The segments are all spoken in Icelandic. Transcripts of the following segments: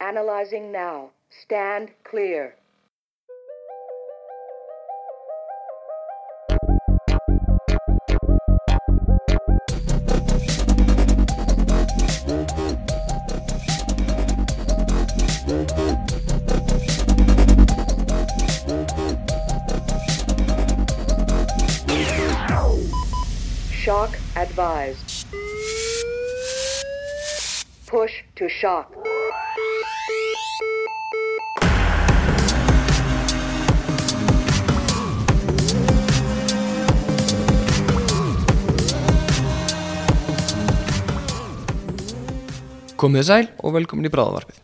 Analyzing now. Stand clear. Shock advised. Push to shock. Komið þið sæl og velkomin í bráðavarpið.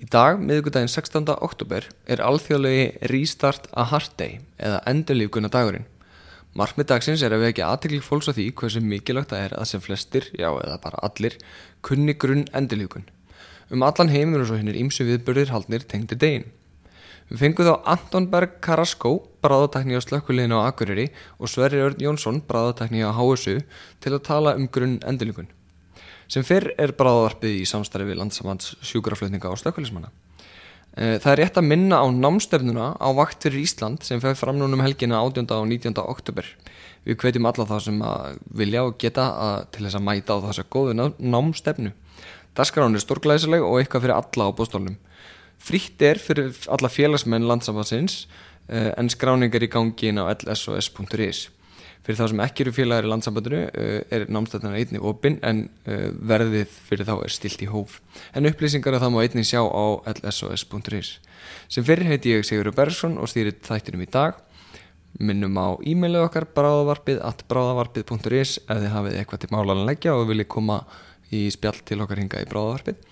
Í dag, miðvikudaginn 16. oktober, er alþjóðlegi Restart a Heart Day eða endurlífguna dagurinn. Markmið dagsins er að vekja aðtekli fólks á því hversu mikilvægt það er að sem flestir, já eða bara allir, kunni grunn endurlífgun. Um allan heimur og svo hinnir ímsu viðbörðir haldnir tengdi deginn. Við fengum þá Anton Berg Karaskó, bráðatekni á slökkuleginu á Akureyri og Sverri Örn Jónsson, bráðatekni á HSU, til að tala um grunn endurlífgun. Sem fyrr er bráðvarpið í samstarfi við landsamands sjúkraflutninga og slökkulismanna. Eh, Það er rétt að minna á námstefnuna á vakt fyrir Ísland sem fer fram núna um helgina 18. og 19. oktober. Við hvetjum alla þá sem að vilja og geta að, til þess að mæta á þessa góðu ná- námstefnu. Dasgrán er stórglæsileg og eitthvað fyrir alla á bóstólnum. Frítt er fyrir alla félagsmenn landsamandsins en skráningar í gangi inn á lsos.is. Fyrir þá sem ekki eru félagar í landsambandinu uh, er námstættan einnig opinn en uh, verðið fyrir þá er stilt í hóf. En upplýsingar að það má einnig sjá á lsos.is. Sem fyrir heiti ég Sigurður Bergson og stýrit þættinum í dag. Minnum á e-mailið okkar bráðavarpið at bráðavarpið.is ef þið hafið eitthvað til málan að leggja og viljið koma í spjall til okkar hinga í bráðavarpið.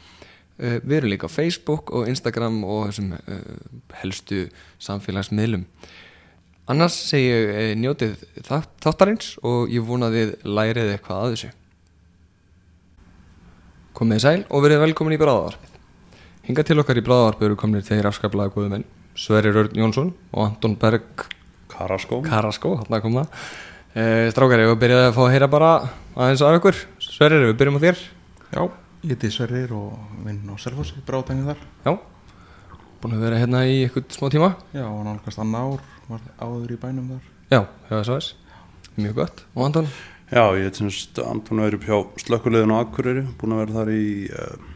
Uh, við erum líka á Facebook og Instagram og þessum uh, helstu samfélagsmiðlum. Annars segi ég eh, njótið þátt- þáttarins og ég vona að þið lærið eitthvað að þessu. Komið þið sæl og verið velkomin í bráðavarpið. Hingað til okkar í bráðavarpið eru komnir þeir afskaplega góðu menn Sverri Rörn Jónsson og Anton Berg Karaskó Karaskó, hann að koma. Eh, Strákar, ef við byrjaði að fá að heyra bara aðeins af ykkur. Sverri, ef við byrjum á þér. Já, ég heiti Sverrir og vinn á Selfossi, bráðtækni þar Já, búin að vera hérna í eitthvað smá tíma. Já, og nálgast annað ár, var áður í bænum þar Já, hefur það svo þess. Mjög gott. Og Anton? Já, ég heit semst Anton Öyrup hjá slökkulegðin á Akureyri, búin að vera þar í uh,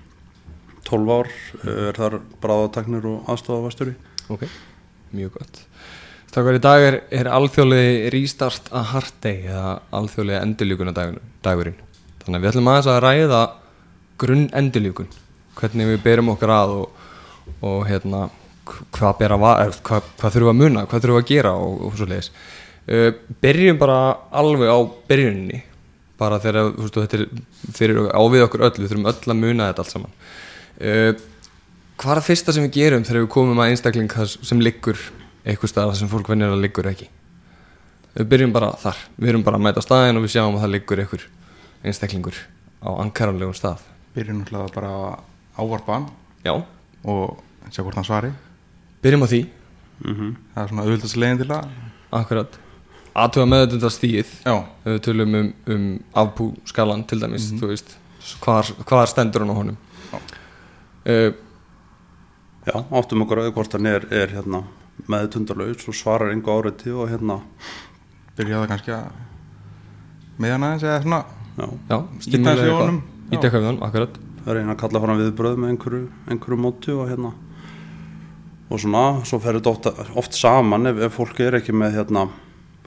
12 ár, uh, er þar bráðataknir og aðstofavastur í. Ok, mjög gott Stakkar í dag er, er alþjóðlegi Restart a Heart Day eða alþjóðlegi endurljúkuna dagurinn Þannig að við ætlum aðeins að ræða grunn endurljúkun hvernig við berum okkur að og, og hérna hv- hvað, bera, va- eða, hvað, hvað þurfum að muna, hvað þurfum að gera og, og svo leiðis uh, Byrjum bara alveg á byrjuninni bara þegar þú veist, og þetta er fyrir á við okkur öll, við þurfum öll að muna þetta allt saman uh, Hvað er það fyrsta sem við gerum þegar við komum að einstakling þar sem liggur eitthvað staðar þar sem fólk venjar að liggur ekki? Við byrjum bara þar, við erum bara að mæta á staðin og við sjáum að það liggur einhver einstaklingur á ankaranlegum stað. Byrjum náttúrulega bara að ávarpa hann Já, og sjá hvort hann svari byrjum á því, Það er svona auðvitaðs leiðin til að akkurat. Aðtuga með þetta stíð, Já, ef við tölum um, um afbú skalan til dæmis, Mhm. þú veist, hvar, hvar stendur hann á honum. Uh, Já, áttum okkur að hvort hann er, er hérna með tundarlaus og svarar engu áriti og hérna, byrjaði kannski að meðan aðeins eða svona já, já, Ýta þessu í eitthvað. honum. Íta eitthvað við honum, akkurat. reyna að kalla fram viðbröð með einhverju, einhverju móti og hérna og svona, svo fer þetta oft, oft saman ef, ef fólk er ekki með hérna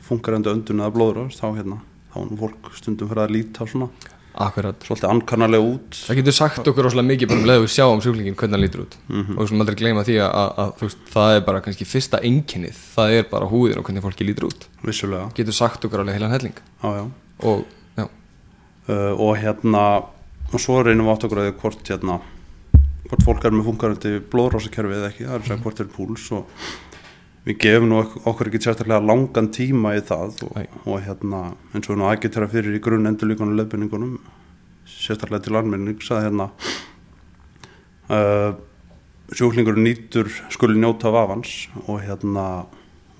funkarandi öndun eða blóðröðs, þá hérna þá er nú fólk stundum fyrir að líta svona Akkurat. svolítið ankannalega út Það getur sagt okkur rosalega mikið bara um leðu við sjáum sjúklingin hvernig hann lítur út og við skulum aldrei gleyma því að, að, að þú veist, það er bara kannski fyrsta einkennið, það er bara húðin og hvernig fólki lítur út vissulega, getur sagt okkur alveg heilan helling já já og já, uh, og hérna og svo reynum við átt okkur að því hvort hérna hvort fólk er með funkarandi blóðrásakerfi eða ekki, það er að segja hvort er púls og við gefum nú ok- okkur ekki sérstaklega langan tíma í það og, Nei. og hérna eins og nú aðgættara fyrir í grunn endurlíkunum löfbynningunum sérstaklega til almennings að hérna uh, sjúklingur nýtur skuli njóta vafans og hérna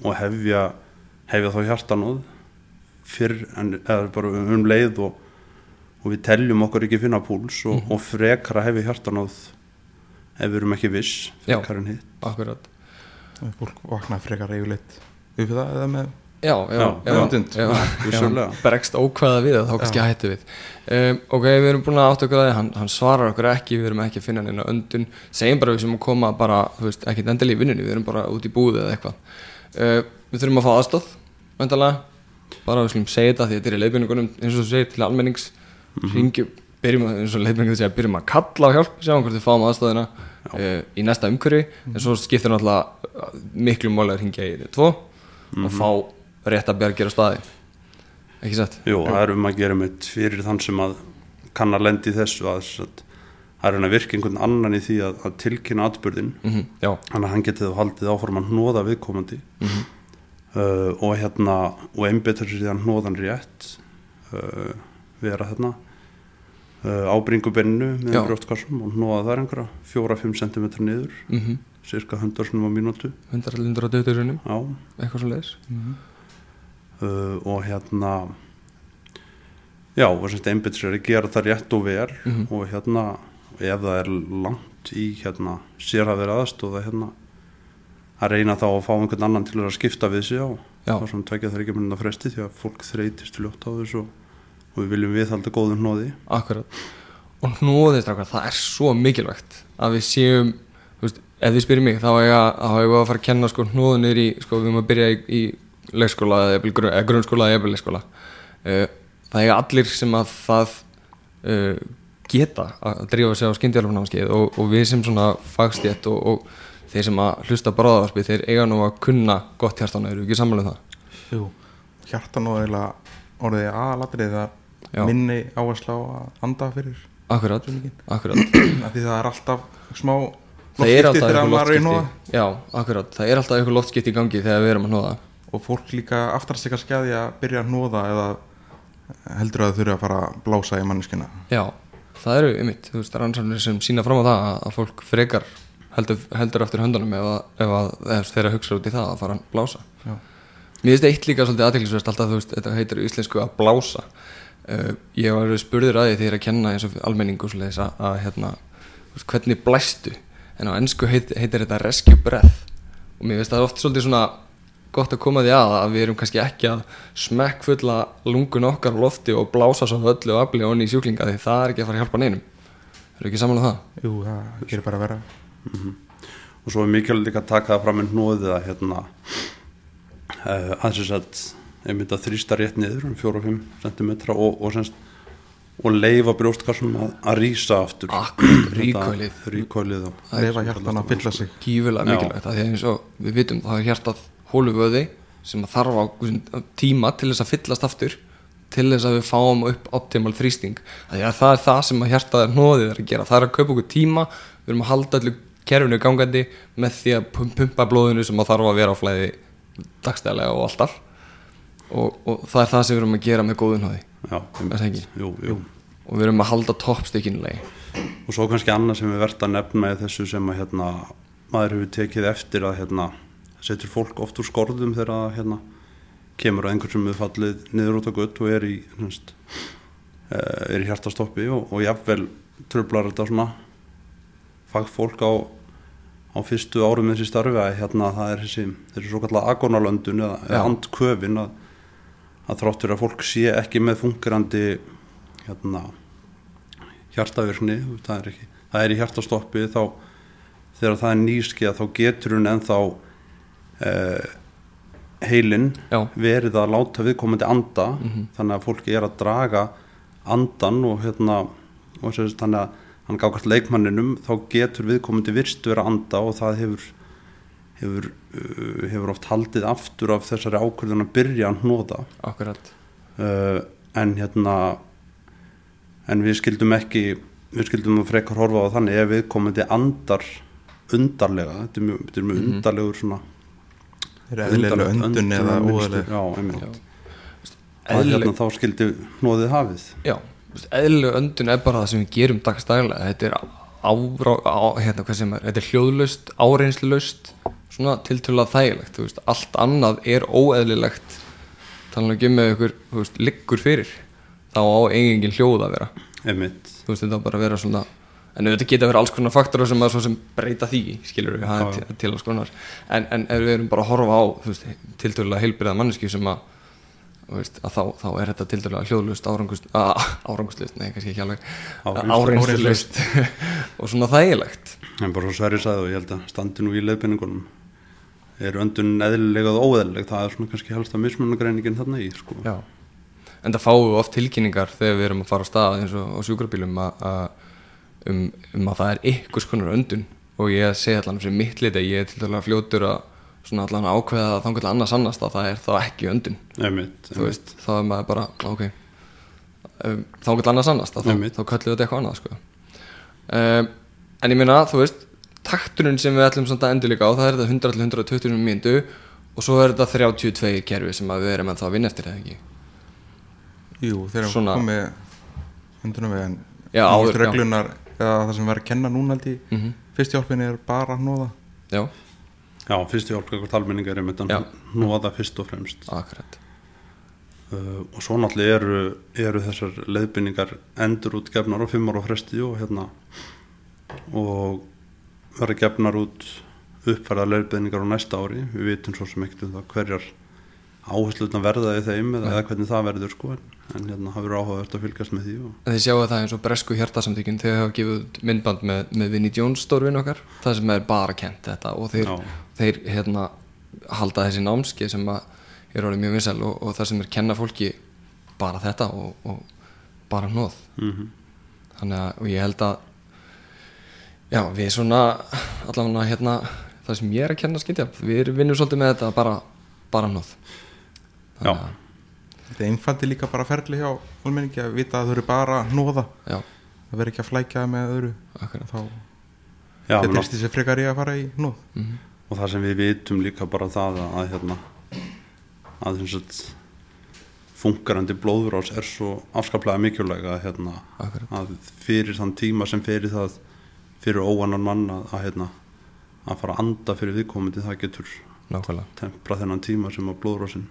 og hefja, hefja þá hjartanóð fyrr en eða bara um- um leið og, og við teljum okkur ekki finna púls og, og frekar að hefja hjartanóð ef við erum ekki viss Já. frekar en hitt akkurat Ef Fólk vakna frekar yfirleitt Við það eða með Já, já, Já, já, meðvitund. já, Vissulega. bregst ókvæða við það, þá kannski hættu við um, ok, við erum búin að átta okkur að því hann, hann svarar okkur ekki, við erum ekki að finna neina öndun segjum bara við sem að koma bara þú veist, ekki endilega í vinnunni, við erum bara út í búið eða eitthvað uh, við þurfum að fá aðstóð vendalega, bara við slum segja þetta því þetta er í leiðbyrningunum, eins og þú segir til almennings mm -hmm. byrjum að, eins og leiðbyrningunum segja byrjum að kalla á hjálp, sjáum hvort við fáum aðstóðina uh, í næsta umhverfi en svo skiptir náttúrulega uh, miklu máli að ringja í tvo og fá rétt að bjargir á staði ekki satt? Jú, það er um að gera mitt fyrir þann sem að kann að lendi í þessu að þess að það er hann að virka einhvern annan í því að, að tilkynna atbyrðin Mm Já, þannig að hann getið þá haldið áfram að hnóða viðkomandi uh, og hérna og einbetur sér því að hnóðan rétt uh, vera hérna uh, ábringubennu með Já. brjóstkassum og hnóða þar einhverja 4-5 cm niður mm cirka 100 sinum á mínútu 100-120 runum, já, eitthvað svo leiðis uh, og hérna já, og semst einbytt sér að gera það rétt og ver og hérna, ef það er langt í hérna, sér að vera aðstóða hérna, að reyna þá að fá einhvern annan til að skipta við sig á Já. þá sem tvekja þar ekki munna fresti því að fólk þreytist fljótt á þessu og, og við viljum viðhalda góðum hnóði akkurat og hnóðið strákar, það er svo mikilvægt að við séum, þú veist, ef þið spyrir mig þá er ég að fara að kenna sko hnóðunir í, sko við erum að byrja í, í leikskóla eða jafnvel grun, eða grunnskóla eða jafnvel leikskóla uh, það er allir sem að það uh, geta að drífa sig á skyndjálfnámskeið og, og við sem svona fagstjætt og, og þeir sem að hlusta bráðavarpi þeir eiga nú að kunna gott hjartan eru ekki sammála um það Jú Hjartan og eiginlega orðið aðalatrið Já. að minni áhersla á að anda fyrir Akkurat, mikið. akkurat af Því það er alltaf smá Það er loftskipti alltaf þegar eitthvað maður er í hnoða. loftskipti Já, akkurat, það er alltaf eitthvað loftskipti í gangi þegar við erum að hnoða og fólk líka aftar sig að skjæði að byrja að nóða eða heldur að þau þurfa að fara að blása í manneskina Já, það eru ymmit, þú veist, rannsóknir sem sína fram á það að- að fólk frekar heldur, heldur eftir höndunum ef, að, ef, að, ef þeirra hugsa út í það að fara að blása Já. Mér finnst eitt líka svolítið aðtilsverst alltaf, þú veist, þetta heitir á íslensku að blása uh, Ég var spurður að því þegar að kenna eins og almenningu svoleiðis að, að hérna, þú veist, hvernig blæstu en á ennsku heit, heitir þetta rescue breath og mér finnst það oft svolítið svona gott að koma því að að við erum kannski ekki að smekkfulla lungun okkar á lofti og blása svo öllu og afli onni í sjúklinga því það er ekki að fara að hjálpa neinum Eru ekki saman á það? Jú, það gerir bara að vera og svo er mikilvægt líka að taka það fram með hnóðið að hérna uh, að sem sagt einmitt að þrýsta rétt niður um 4-5 cm og, og, semst, og leifa brjóstkassum að, að rýsa aftur Akkurat, Þetta ríkvælið. ríkvælið og, Það er lefa hjartan að fylla sig gífulega Já. mikilvægt að því að eins og við vitum það er hjartað hóluvöði sem að þarf á einhvern tíma til þess að fyllast aftur til þess að við fáum upp optimal þrýsting að því að það er það sem að hjartað er hnoðið er að gera, það er að kaupa okkur tíma við erum að halda allir kerfinu gangandi með því að pum- pumpa blóðinu sem að þarf að vera á flæði dagstæðlega og alltaf og, og það er það sem við erum að gera með góðun hóði já, Er það ekki? jú, jú. og við erum að halda toppstykkinulegi og svo kannski annað sem er verðt að nefna er þessu sem að hérna, maður hefur tekið eftir að hérna, setur fólk oft úr skorðum þegar að hérna, kemur að einhvern sem er fallið niður út á gutt og er í, semst, uh, er í hjartastoppi og, og jafnvel tröflar þetta svona fagfólk á, á fyrstu árum með þessi starfi að hérna, það er þessi, þessi svo kallega agonalöndun eða, Já. eða handköfin að, að þráttur að fólk sé ekki með fungerandi hérna, hjartavirkni það er, ekki, það er í hjartastoppi þá þegar það er nýskið þá getur hún ennþá uh, heilin Já. verið að láta viðkomandi anda þannig að fólki er að draga andan og hérna og sem sagt, þannig að hann gákast leikmanninum þá getur viðkomandi virst verið að anda og það hefur hefur, uh, hefur oft haldið aftur af þessari ákvörðun að byrja að hnóða akkurat uh, en hérna en við skildum ekki við skildum að frekar horfa á þannig ef við komandi andar undarlega þetta er mjög, þetta er mjög Mhm. undarlegur svona er eðlilega undarlegt öndun eða öndunarmynstur. óðileg já, einmitt að Eðlileg- hérna þá skildi hnóðið hafið Já, þú veist, eðlilega öndun er bara það sem við gerum dagstæðilega þetta er, árá, á, hérna, hvað sem er, þetta er hljóðlust, áreinslust svona tiltölulega þægilegt þú veist, allt annað er óeðlilegt þannig að gemma ykkur þú veist, liggur fyrir þá á eigingin hljóð að vera einmitt þú veist, þetta á bara að vera svona en þetta geta verið alls konar faktor sem að svo sem breyta því skilur við það er Já, já. til, til alls konar en, en ef við erum bara að horfa á þú veist, tiltölulega heilbyrða manneski sem að, þú veist, að þá, þá er þetta tiltölulega hljóðlust árangust, að, árangustlust, nei kannski ekki alveg Áreynslulaust. áreynslust og svona þægilegt En bara svo Sverri sagði og ég held að standi nú í leiðbeiningunum er öndun eðlilega og óeðlileg það er svona kannski helst að mismunagreiningin þarna í sko. Já. En það fáum við oft tilkynningar þegar við erum að fara á stað eins og á sjúkrabílum að, að um, um að það er ykkurs konar öndun og ég segi allan fyrir mitt liti að ég er til dæla fljótur að svona allan ákveða að þangar til annars annars að það er þá ekki öndun Einmitt, þú veist, þá er maður bara, ok um, þá getur annars annars þá, þá Einmitt. köllum við þetta eitthvað annað sko. um, en ég meina, þú veist takturinn sem við ætlum samt að endur líka á það er þetta 100-120 mínútu og svo er þetta 32 kerfi sem að við erum ennþá að vinna eftir eða ekki Jú, þeir eru Svona- komið hundunum við en Já, áður, áður, já. reglunar, eða það sem verður að kenna núna held ég, Mhm. fyrst hjálpin er bara að hnoða já, Já, fyrstu hjálp eitthvað talmenning er einmitt að Já. nóða fyrst og fremst akkurat uh, og svo náttúrulega eru, eru þessar leiðbeiningar endur út gefnar á fimm ára fresti og hérna og verða gefnar út uppfærða leiðbeiningar á næsta ári við vitum svo sem ekkert um það hverjar áhersluðna verða í þeim eða, eða hvernig það verður sko en, en hérna hafur áhugavert að fylgjast með því og En Þið sjáu það eins og bresku hjartasamtökin þegar hafa gefið út myndband með, með Vinnie Jones stórvin okkar, það sem er bara kent þetta og þeir, Já. þeir hérna, halda þessi námski sem að er orðið mjög vinsæl og, og það sem er kenna fólki bara þetta og, og bara hnóð mm þannig að og ég held að já við svona allavega hérna það sem ég er að kenna skintja við vinnum svolítið með þetta bara, bara hnóð Já, Þannig Þetta einfaldi líka bara ferli hjá almenningi að vita að þau eru bara að hnoða að- já, það verður ekki að flækja það með öðru akkurat þá já þetta menn- er stíð sér frekar í að fara í hnoð og það sem við vitum líka bara það að, að hérna að þess að funkarandi blóðurás er svo afskaplega mikilvæg að hérna Akkurat. að fyrir þann tíma sem fyrir það fyrir óannan mann að, að hérna að fara að anda fyrir viðkomandi það getur nákvæmlega, tempra þennan tíma sem að blóðurásin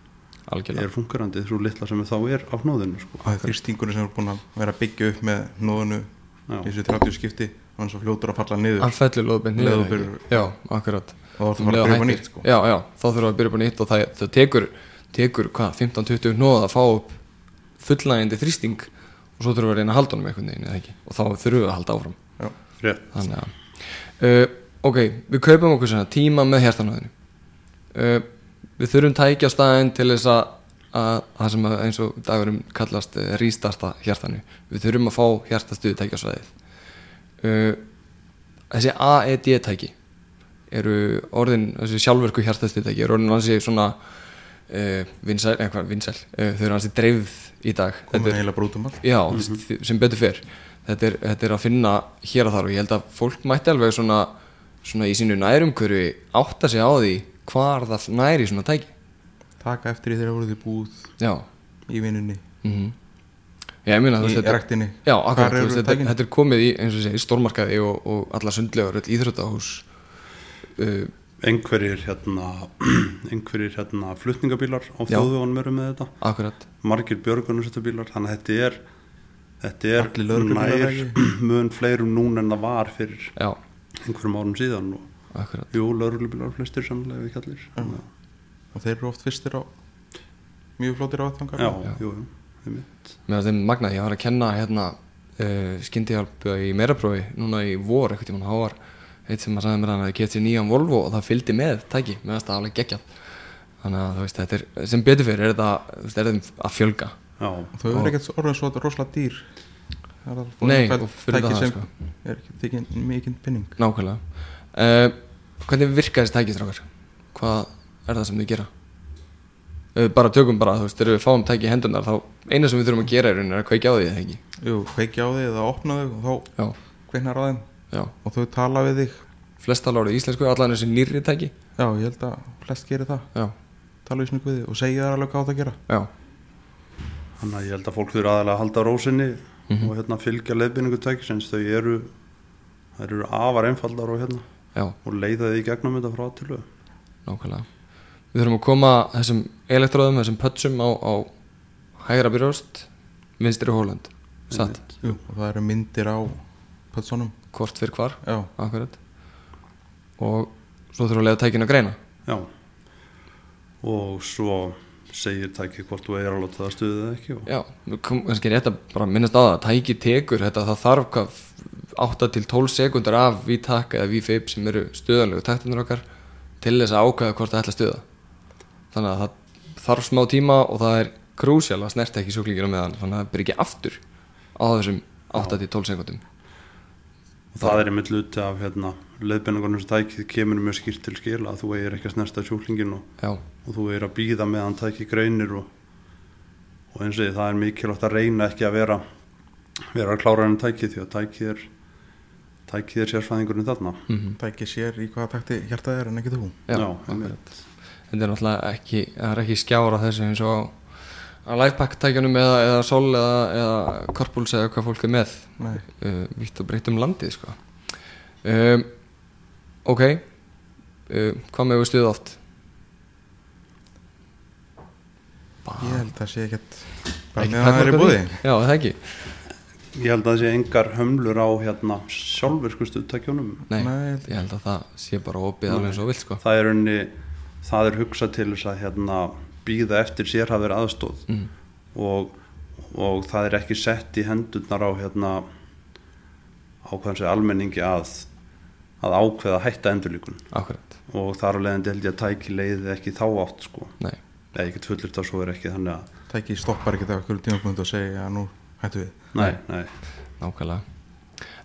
algjörlega er funkarandi svo litla sem þá er af nóðinu sko. að þýrstingunni sem er búin að vera að byggja upp með hnoðinu í Já, þessu 30 skipti hann svo fljótur að falla niður hann fellur lóðbind niður Lóðbeint ekki? já, akkurat þá er það bara að byrja upp á nýtt sko. já, já, þá þurfum við að byrja upp á nýtt og það, það tekur, tekur hvað, 15-20 nóð að fá upp fullnægjandi þrýsting og svo þurfum við að reyna að halda honum einhvern veginn eða ekki og þá þurfum við að halda áfram rétt þannig að uh, ok, við kaupum okkur svona tíma með hjartanóðinu uh, við þurfum tækja á staðin til þess að að það sem að eins og dagurum kallast uh, rístarta hjartanu við þurfum að fá hjartastuðu tækja á staðið uh, þessi AED tæki eru orðin, þessi sjálfverku hjartastuðu tæki eru orðin hansi svona uh, vinsæl, eða hvað vinsæl uh, þau eru hansi dreifð í dag Þetta komin er- eiginlega bara út um allt Já, þi- sem betur fer þetta er, þetta er að finna hér að þar og ég held að fólk mætti alveg svona, svona í sínu nærumhverfi átta sig á því hvar það næri svona tæki taka eftir því þeirra voruð í búð Já, í vinnunni, mm ég meina þú í veist þetta rektinni Já, akkurat, Hvar þú eru veist, þetta, tækin? þetta er komið í eins og segir stórmarkaði og, og alla sundlegar öll íþróttahús uh, einhverjir hérna einhverjir hérna flutningabílar á Já. þjóðvögunum eru með þetta Akkurat, margir björgunarsöttabílar þannig að þetta er þetta Allir er lögreglubílar, nær mun fleirum núna en það var fyrir já, einhverjum árum síðan og akkurat jú, lögreglubílar flestir sannlega við kallir Mm. já, og þeir eru oft fyrstir á mjög flótir á þangar já, jú, jú, einmitt. Mér að þeim magnað, ég var að kenna hérna uh, skyndihjálp í meiraprófi núna í vor, einhvern tímann háar eitt sem að sagði mér hann að ég kefti nýjan Volvo og það fylgdi með tæki, mér finnst það alveg geggjað þannig að þú veist, þetta er, sem betur fyrir er þetta, þú veist, er þeim að fjölga já, þau eru ekkert svo- orðin svo rosalega dýr það er alveg Nei, fólk- og fyrir tæki það, sem sko. er ekki tekinn mikinn pinning nákvæmlega uh, Hvernig virka þessi tæki, strákar? Hvað er það sem þau gera? Ef Við bara tökum bara, þú veist, þegar við fáum tæki í hendunar þá eina sem við þurfum að gera í rauninni er að kveikja á því, eða ekki? Jú, kveikja á því eða opna þau og Já, þá kveiknar á þeim já, og þau tala við þig flest tala orðið íslensku, allan þessi nýrri tæki já, ég held að flest gerir það Já, tala við snögg við þig og segja þær alveg hvað það að gera já, þannig að ég held að fólk þurfa aðalega að halda rósinni Mhm. og hérna fylgja leiðbyrningu tækisins þau eru þær eru afar einfaldar og hérna já og leiða því gegnum þetta frá til þau Nákvæmlega Við þurfum að koma þessum elektróðum, þessum pötsum á, á hægra byrjóst, vinstri hólönd Satt, Jú, og það eru myndir á pötsunum hvort fyrir hvar já, akkurat og svo þurfum við að leiða tækinu að greina já og svo segir tæki hvort þú er að láta það stuðið eða ekki og já, við kom- kannski er rétt að bara minnast á það að tæki tekur þetta það þarf hvað 8 til 12 sekundar af VTAC eða VFib sem eru stuðanlegu taktinur okkar til þess að ákveða hvort það ætla að stuða þannig að það þarf smá tíma og það er krúsjál að snerta ekki sjúklingina meðan þannig að það byrja ekki aftur á þessum 8 til 12 sekundum Og það er einmitt luti af hérna, leiðbendingunum sem tækið kemur mjög skýrt til skil að þú eigir ekki að snerta sjúklingin og, já, og þú eigir að býða meðan tæki greinir og, og eins og ég, það er mikilvægt að reyna ekki að vera, vera að klára enn tækið því að tækið er, tækið er sérfæðingurinn þarna. tæki sér í hvaða takti hjartað er en ekki þú já, akkurat þetta er náttúrulega ekki, það er ekki skjára þessu eins og á lifepack tækjanum eða, eða sol eða, eða korpuls eða hvað fólk er með Nei. uh, vitt og breytt um landið sko. um, ok uh, hvað með við stuða oft ég held að sé ekkert bara Ah. Ekki meðan það er í takmarkað búði því? já, er það ekki, Ég held að það sé engar hömlur á hérna, sjálfurkustu tækjunum. nei, Nei, held- ég held að það sé bara opið alveg eins og þú vilt sko. það er unni það er hugsað til þess að hérna, býða eftir sérhafir aðstóð Mhm. og, og það er ekki sett í hendurnar á hérna, á hvað sé almenningi að, að ákveða að hætta endurlíkun akkurat, og þar af leiðandi held ég að tæki leiði ekki þá átt sko, nei eða ég get fullir það svo er ekki þannig að, tæki stoppar ekki það okkur tímapunkt og segja að nú hættu við nei, nei Nákvæmlega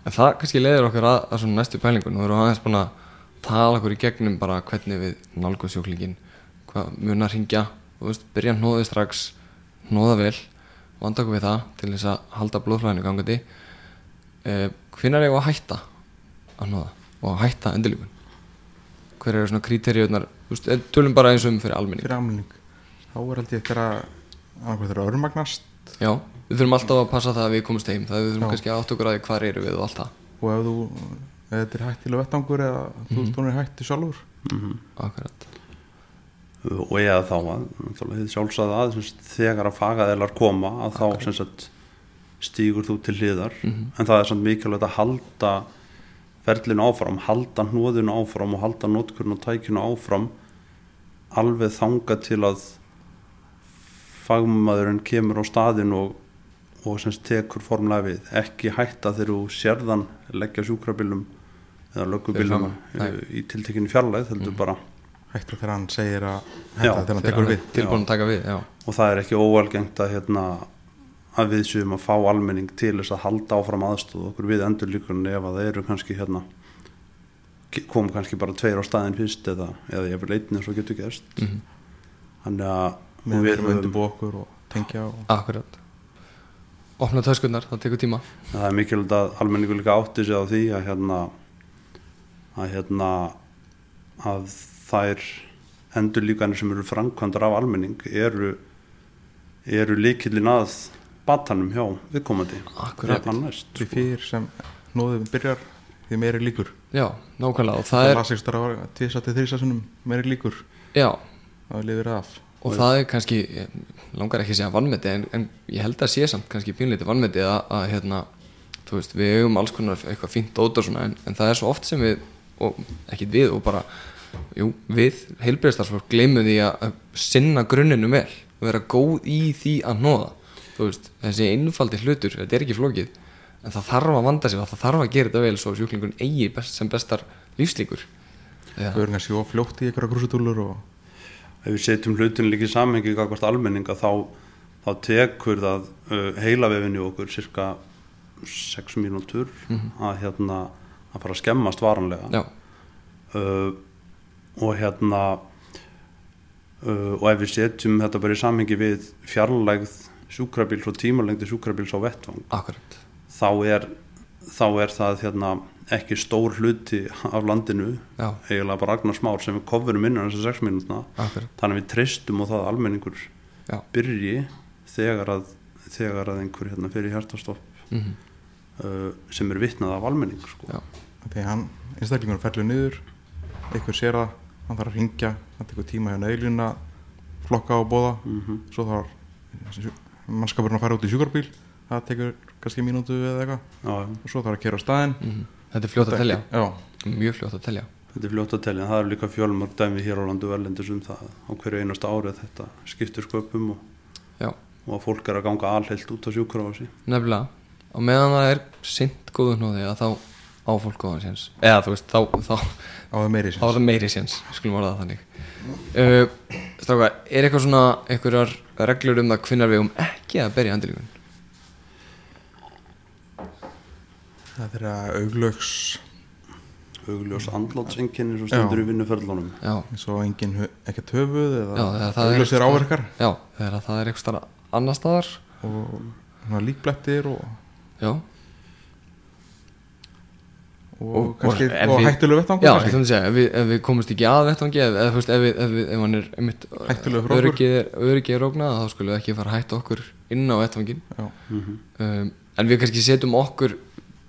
En það kannski leiðir okkur að, að svona næstu pælingun Nú erum við aðeins búin að tala okkur í gegnum bara hvernig við nálgum sjúklingin hvað mun að ringja þú veist, byrja hnóðið strax hnóða vel, vanda okkur við það til þess að halda blóðflæðinu gangandi eh, Hvenær eigum við að hætta að hnóða og að hætta endurlífun Hver eru svona kríteríunar Tölum bara eins og um fyrir almenning fyrir amling þá er held ég eftir að annarkvæmt þeirra örmagnast Já, við þurfum alltaf að passa það að við komumst heim það við þurfum Já. kannski að átt okkur að því hvar eru við og allt það og ef þú ef þetta er hættilega vettangur eða þú ert hún er hættu sjálfur Akkurat og eða þá að náttúrulega hið sjálfsagða að sem sagt, þegar að fagaðilar koma að þá sem sagt, stígur þú til hliðar en það er samt mikilvægt að halda ferlinu áfram, halda hnóðinu áfram og halda notkurnu og tækinu áfram alveg þanga til að fagmaðurinn kemur á staðin og, og sem sagt, tekur formlega við ekki hætta þegar þú sérðan leggja sjúkrabilum eða löggubílum Fyrir framan, í tiltekinu fjarlæð heldur bara hættu þegar hann segir að Já, hætta þegar hann tekur við tilbúin að taka við, já, og það er ekki óalgengt að, hérna, að við séum að fá almenning til þess að halda áfram aðstóð okkur við endurlíkunni ef að það eru kannski hérna, kom kannski bara tveir á staðin fyrst eða, eða ég vil leitni eins og getur gerst þannig að og við erum höfum- undirbúið okkur og tengja og akkurat opna töskunnar, það tekur tíma En það er mikilvægt að almenningur líka átti sig á því að hérna að hérna að þær endurlíkanir sem eru framkvæmdar af almenning eru, eru líkillin að batanum hjá viðkomandi Akkurat. Ef hann næst, því sko. fyrir sem nóðum byrjar því meiri líkur já, nákvæmlega, og það það er er lasistur að vara tvisa til þrisa sinnum meiri líkur já, að lifir af og það er kannski ég langar ekki að segja vannmeti en, en ég held að sé samt kannski pínleiti vannmeti að, að hérna, þú veist, við eigum alls konar eitthvað fínt dót og svona en, en það er svo oft sem við, og ekki við og bara, jú, við heilbreyðstarsfólk gleymum því að, að sinna grunninu vel, vera góð í því að nóða, þú veist, þessi einfaldi hlutur, þetta er ekki flókið en það þarf að vanda sig og það þarf að gera þetta vel svo sjúklingun eigi best, sem bestar lífslíkur Já. við erum kannski ofljótt í einhverja grúsutúlur og ef við setjum hlutin líka í samhengi gagvart almenninga þá, þá tekur það uh, heila vefinu okkur cirka 6 mínútur að hérna að fara að skemmast varanlega Já, uh, og hérna uh, og ef við setjum þetta bara í samhengi við fjarlægð sjúkrabíls og tímalengdi sjúkrabíls á vettvang akkurat þá er, þá er það hérna, ekki stór hluti af landinu Já. eiginlega bara Agnar Smár sem við kofurum innan þessar 6 mínútna Akkurat. þannig að við treystum og það að almenningur Já. byrji þegar að, þegar að einhver hérna, fyrir hjartastopp Mm uh, sem er vitnað af almenning sko. Já, því hann einstaklingur fellur niður einhver sér það, hann þarf að ringja hann tekur tíma hjá nöðlun Mhm. að flokka og bóða svo þarf mannskapurinn að eh, fara út í sjúkarbíl það tekur kannski mínútu eða eitthvað já, já. og svo þarf að kera á staðinn Þetta er fljótt Mm, að telja, Já, mjög fljótt að telja Þetta er fljótt að telja, en það eru líka fjölmörg dæmi hér á landu verlendis um það á hverju einasta árið þetta skiptur sköpum og, Já, og að fólk er að ganga alheilt út á sjúkrafási. nefnilega og meðan það er sint góðu hnóði að þá á fólk góðan séns eða þú veist, þá, þá, á það meiri þá er sem það meiri séns við skulum orða það þannig uh, Stráka, er eitthvað svona einhverjar reglur um það hvinnar við um ekki að berja andilíkun? Það er að auglöks Hugljós Mm. andlátsengjenni svo stendur Já. í vinnuferðlunum. Já, eins og engin hu- ekkert höfuð já eða þegar það er auglösir áverkar Já, þegar það er eitthvað annar staðar og svona líkblettir og, Já, og, Og- kannski, og ef og við- hættulega vettangur já ég kannski ætlum að segja, ef við, ef við komumst ekki að vettvangi ef, ef, þú veist, ef, við, ef, við, ef hann er einmitt, Hættulegur fyrir okkur. öryggið er, öryggið er ógnað þá skulum við ekki fara að hætta okkur inn á vettvangin Já, um, en við kannski setjum okkur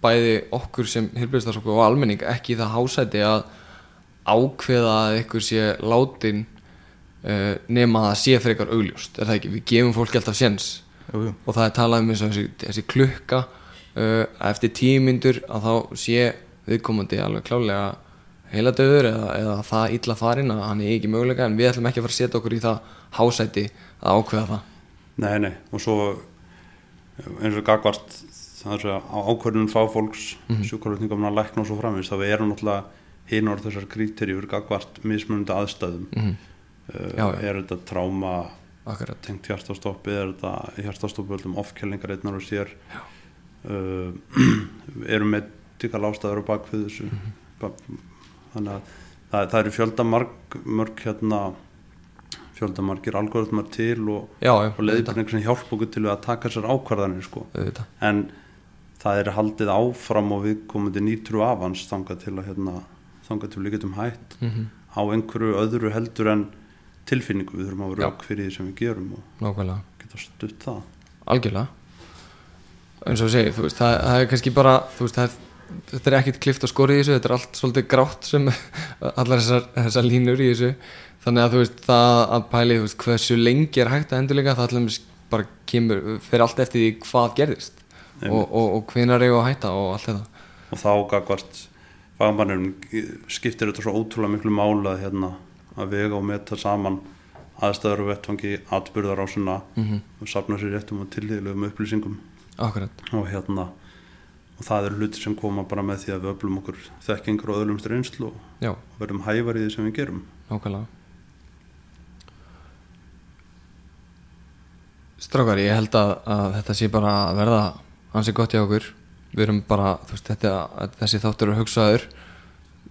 bæði okkur sem heilbjörnstarfsokkur og almenning ekki í það hásæti að ákveða að ykkur sé látin uh, nema að það sé frekar augljóst er það ekki, við gefum fólki alltaf séns jú, jú. og það er talað um eins og þessi, þessi klukka uh, að eftir tíu myndur að þá sé viðkomandi alveg klálega heiladöður eða, eða það illa farinn að hann er ekki möguleika en við ætlum ekki að fara að setja okkur í það hásæti að ákveða það Nei, nei, og svo eins og gagvart það er að á ákvörðunum fagfólks Mhm. mm -hmm. sjúkraflutningum að lækna og svo framins þá eru náttúrulega hinor þessar krítirjur gagvart mismunandi aðstæðum mm -hmm. Mhm. Já, já. er þetta tráma akkurat tengt hjartastoppi er þetta hjartastoppi völdum ofkjælingar einnar og sér uh, eru með tíkal ástæður á bak við þessu mm þannig að það, það eru fjöldamarg mörg hérna fjöldamargir algoritmar til og já, já, og leiðbyrning sem hjálp okkur til við að taka sér ákvarðanir sko. auðvitað en það er haldið áfram og við komandi nýtru avans þangað til að hérna, þangað til við getum hætt mm -hmm. á einhverju öðru heldur en tilfinningu við þurfum að Já. vera okkur fyrir því sem við gerum og nákvæmlega geta stutt það algjörlega eins og ég segi, þú veist, það, það er kannski bara þú veist, það er, þetta er ekkit klift og skorið í þessu þetta er allt svolítið grátt sem allar þessar, þessar línur í þessu þannig að þú veist, það að pæli þú veist, hversu lengi er hægt að endurleika það allir bara kemur, fer allt eftir því hvað gerðist Einmitt. og, og, og hvenar eigum við að hætta og allt þetta og þá gagvart fagmannum skiptir þetta svo ótrúlega miklu mála að, hérna, að vega og meta saman aðstæður og vettfangi atbyrðar á svona Mhm. og safna sér réttum og tilhýðlegum upplýsingum akkurat, og hérna og það eru hluti sem koma bara með því að við öflum okkur þekkingar og öðlumst reynslu og já, verðum hæfari í því sem við gerum nákvæmlega Strákar, ég held að, að þetta sé bara að verða ansi gott hjá okkur við erum bara, þú veist, þetta, þessi þáttur er hugsaður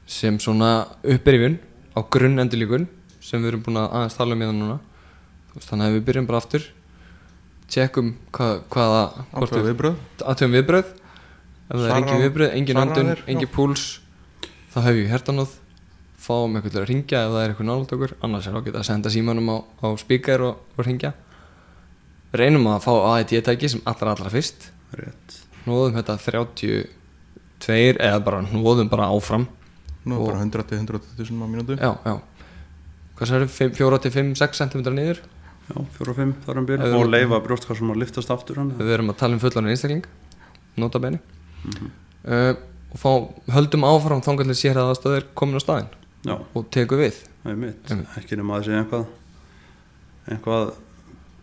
sem svona upprifjun á grunn endurlíkun sem við erum búin að aðeins tala um í það núna Þú veist, þannig að við byrjum bara aftur tjekkum hvað, hvaða hvort ákveða við viðbröð aðtöfum viðbröð ef það er Svara- engin viðbröð, engin svara öndun, þér, já. engin púls þá hef ég hertanóð fáum eitthvað til að ringja ef það er eitthvað nálægt okkur annars er okkur að senda símanum á, á spíkar og, og ringja reynum að fá AID-tæki sem allra allra fyrst rétt hnóðum þetta 32 eða bara hnóðum bara áfram Nú er Og- bara 100-120 sinum á mínútu já, já hvað sér, 4-5-6 cm niður já, fjóra og fimm þar um Ef byrjum við- og leifa brjóstkassum að liftast aftur hann við erum að tala um fullanir einstakling nota beni Mhm. uh, og fá, höldum áfram þangarlega sér að aðstöð er komin á staðinn já, og tekur við það er mitt Einmitt. ekki nema að segja eitthvað eitthvað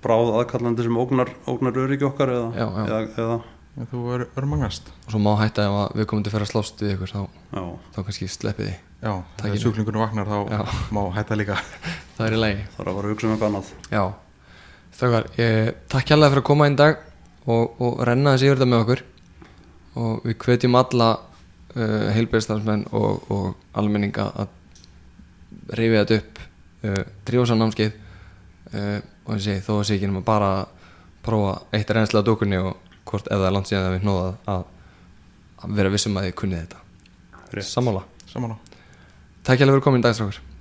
bráð aðkallandi sem ógnar, ógnar öryggi okkar eða, Já, já. eða, eða En Þú er örmangast og svo má hætta ef að við komum til að fyrir að slást við ykkur þá, já, þá kannski sleppið því Já, Takk þegar fyrir. sjúklingunum vaknar þá Já. má hætta líka það er í lagi það er að vera að hugsa um eitthvað annað já, stakar, ég, takk hérlega fyrir að koma einn dag og, og renna þessi yfir þetta með okkur og við hvetjum alla uh, heilbyrðstarfsmenn og, og almenninga að reyfi þetta upp uh, drífa sá námskeið uh, og þessi, þó að sé ekki nema bara að prófa eitt reynsla á dókunni og hvort ef það er langt síðan að við hnóðað að, að vera vissum að þið kunnið þetta Rétt. sammála Saman á Takk hérlega fyrir komin í dag, strákur.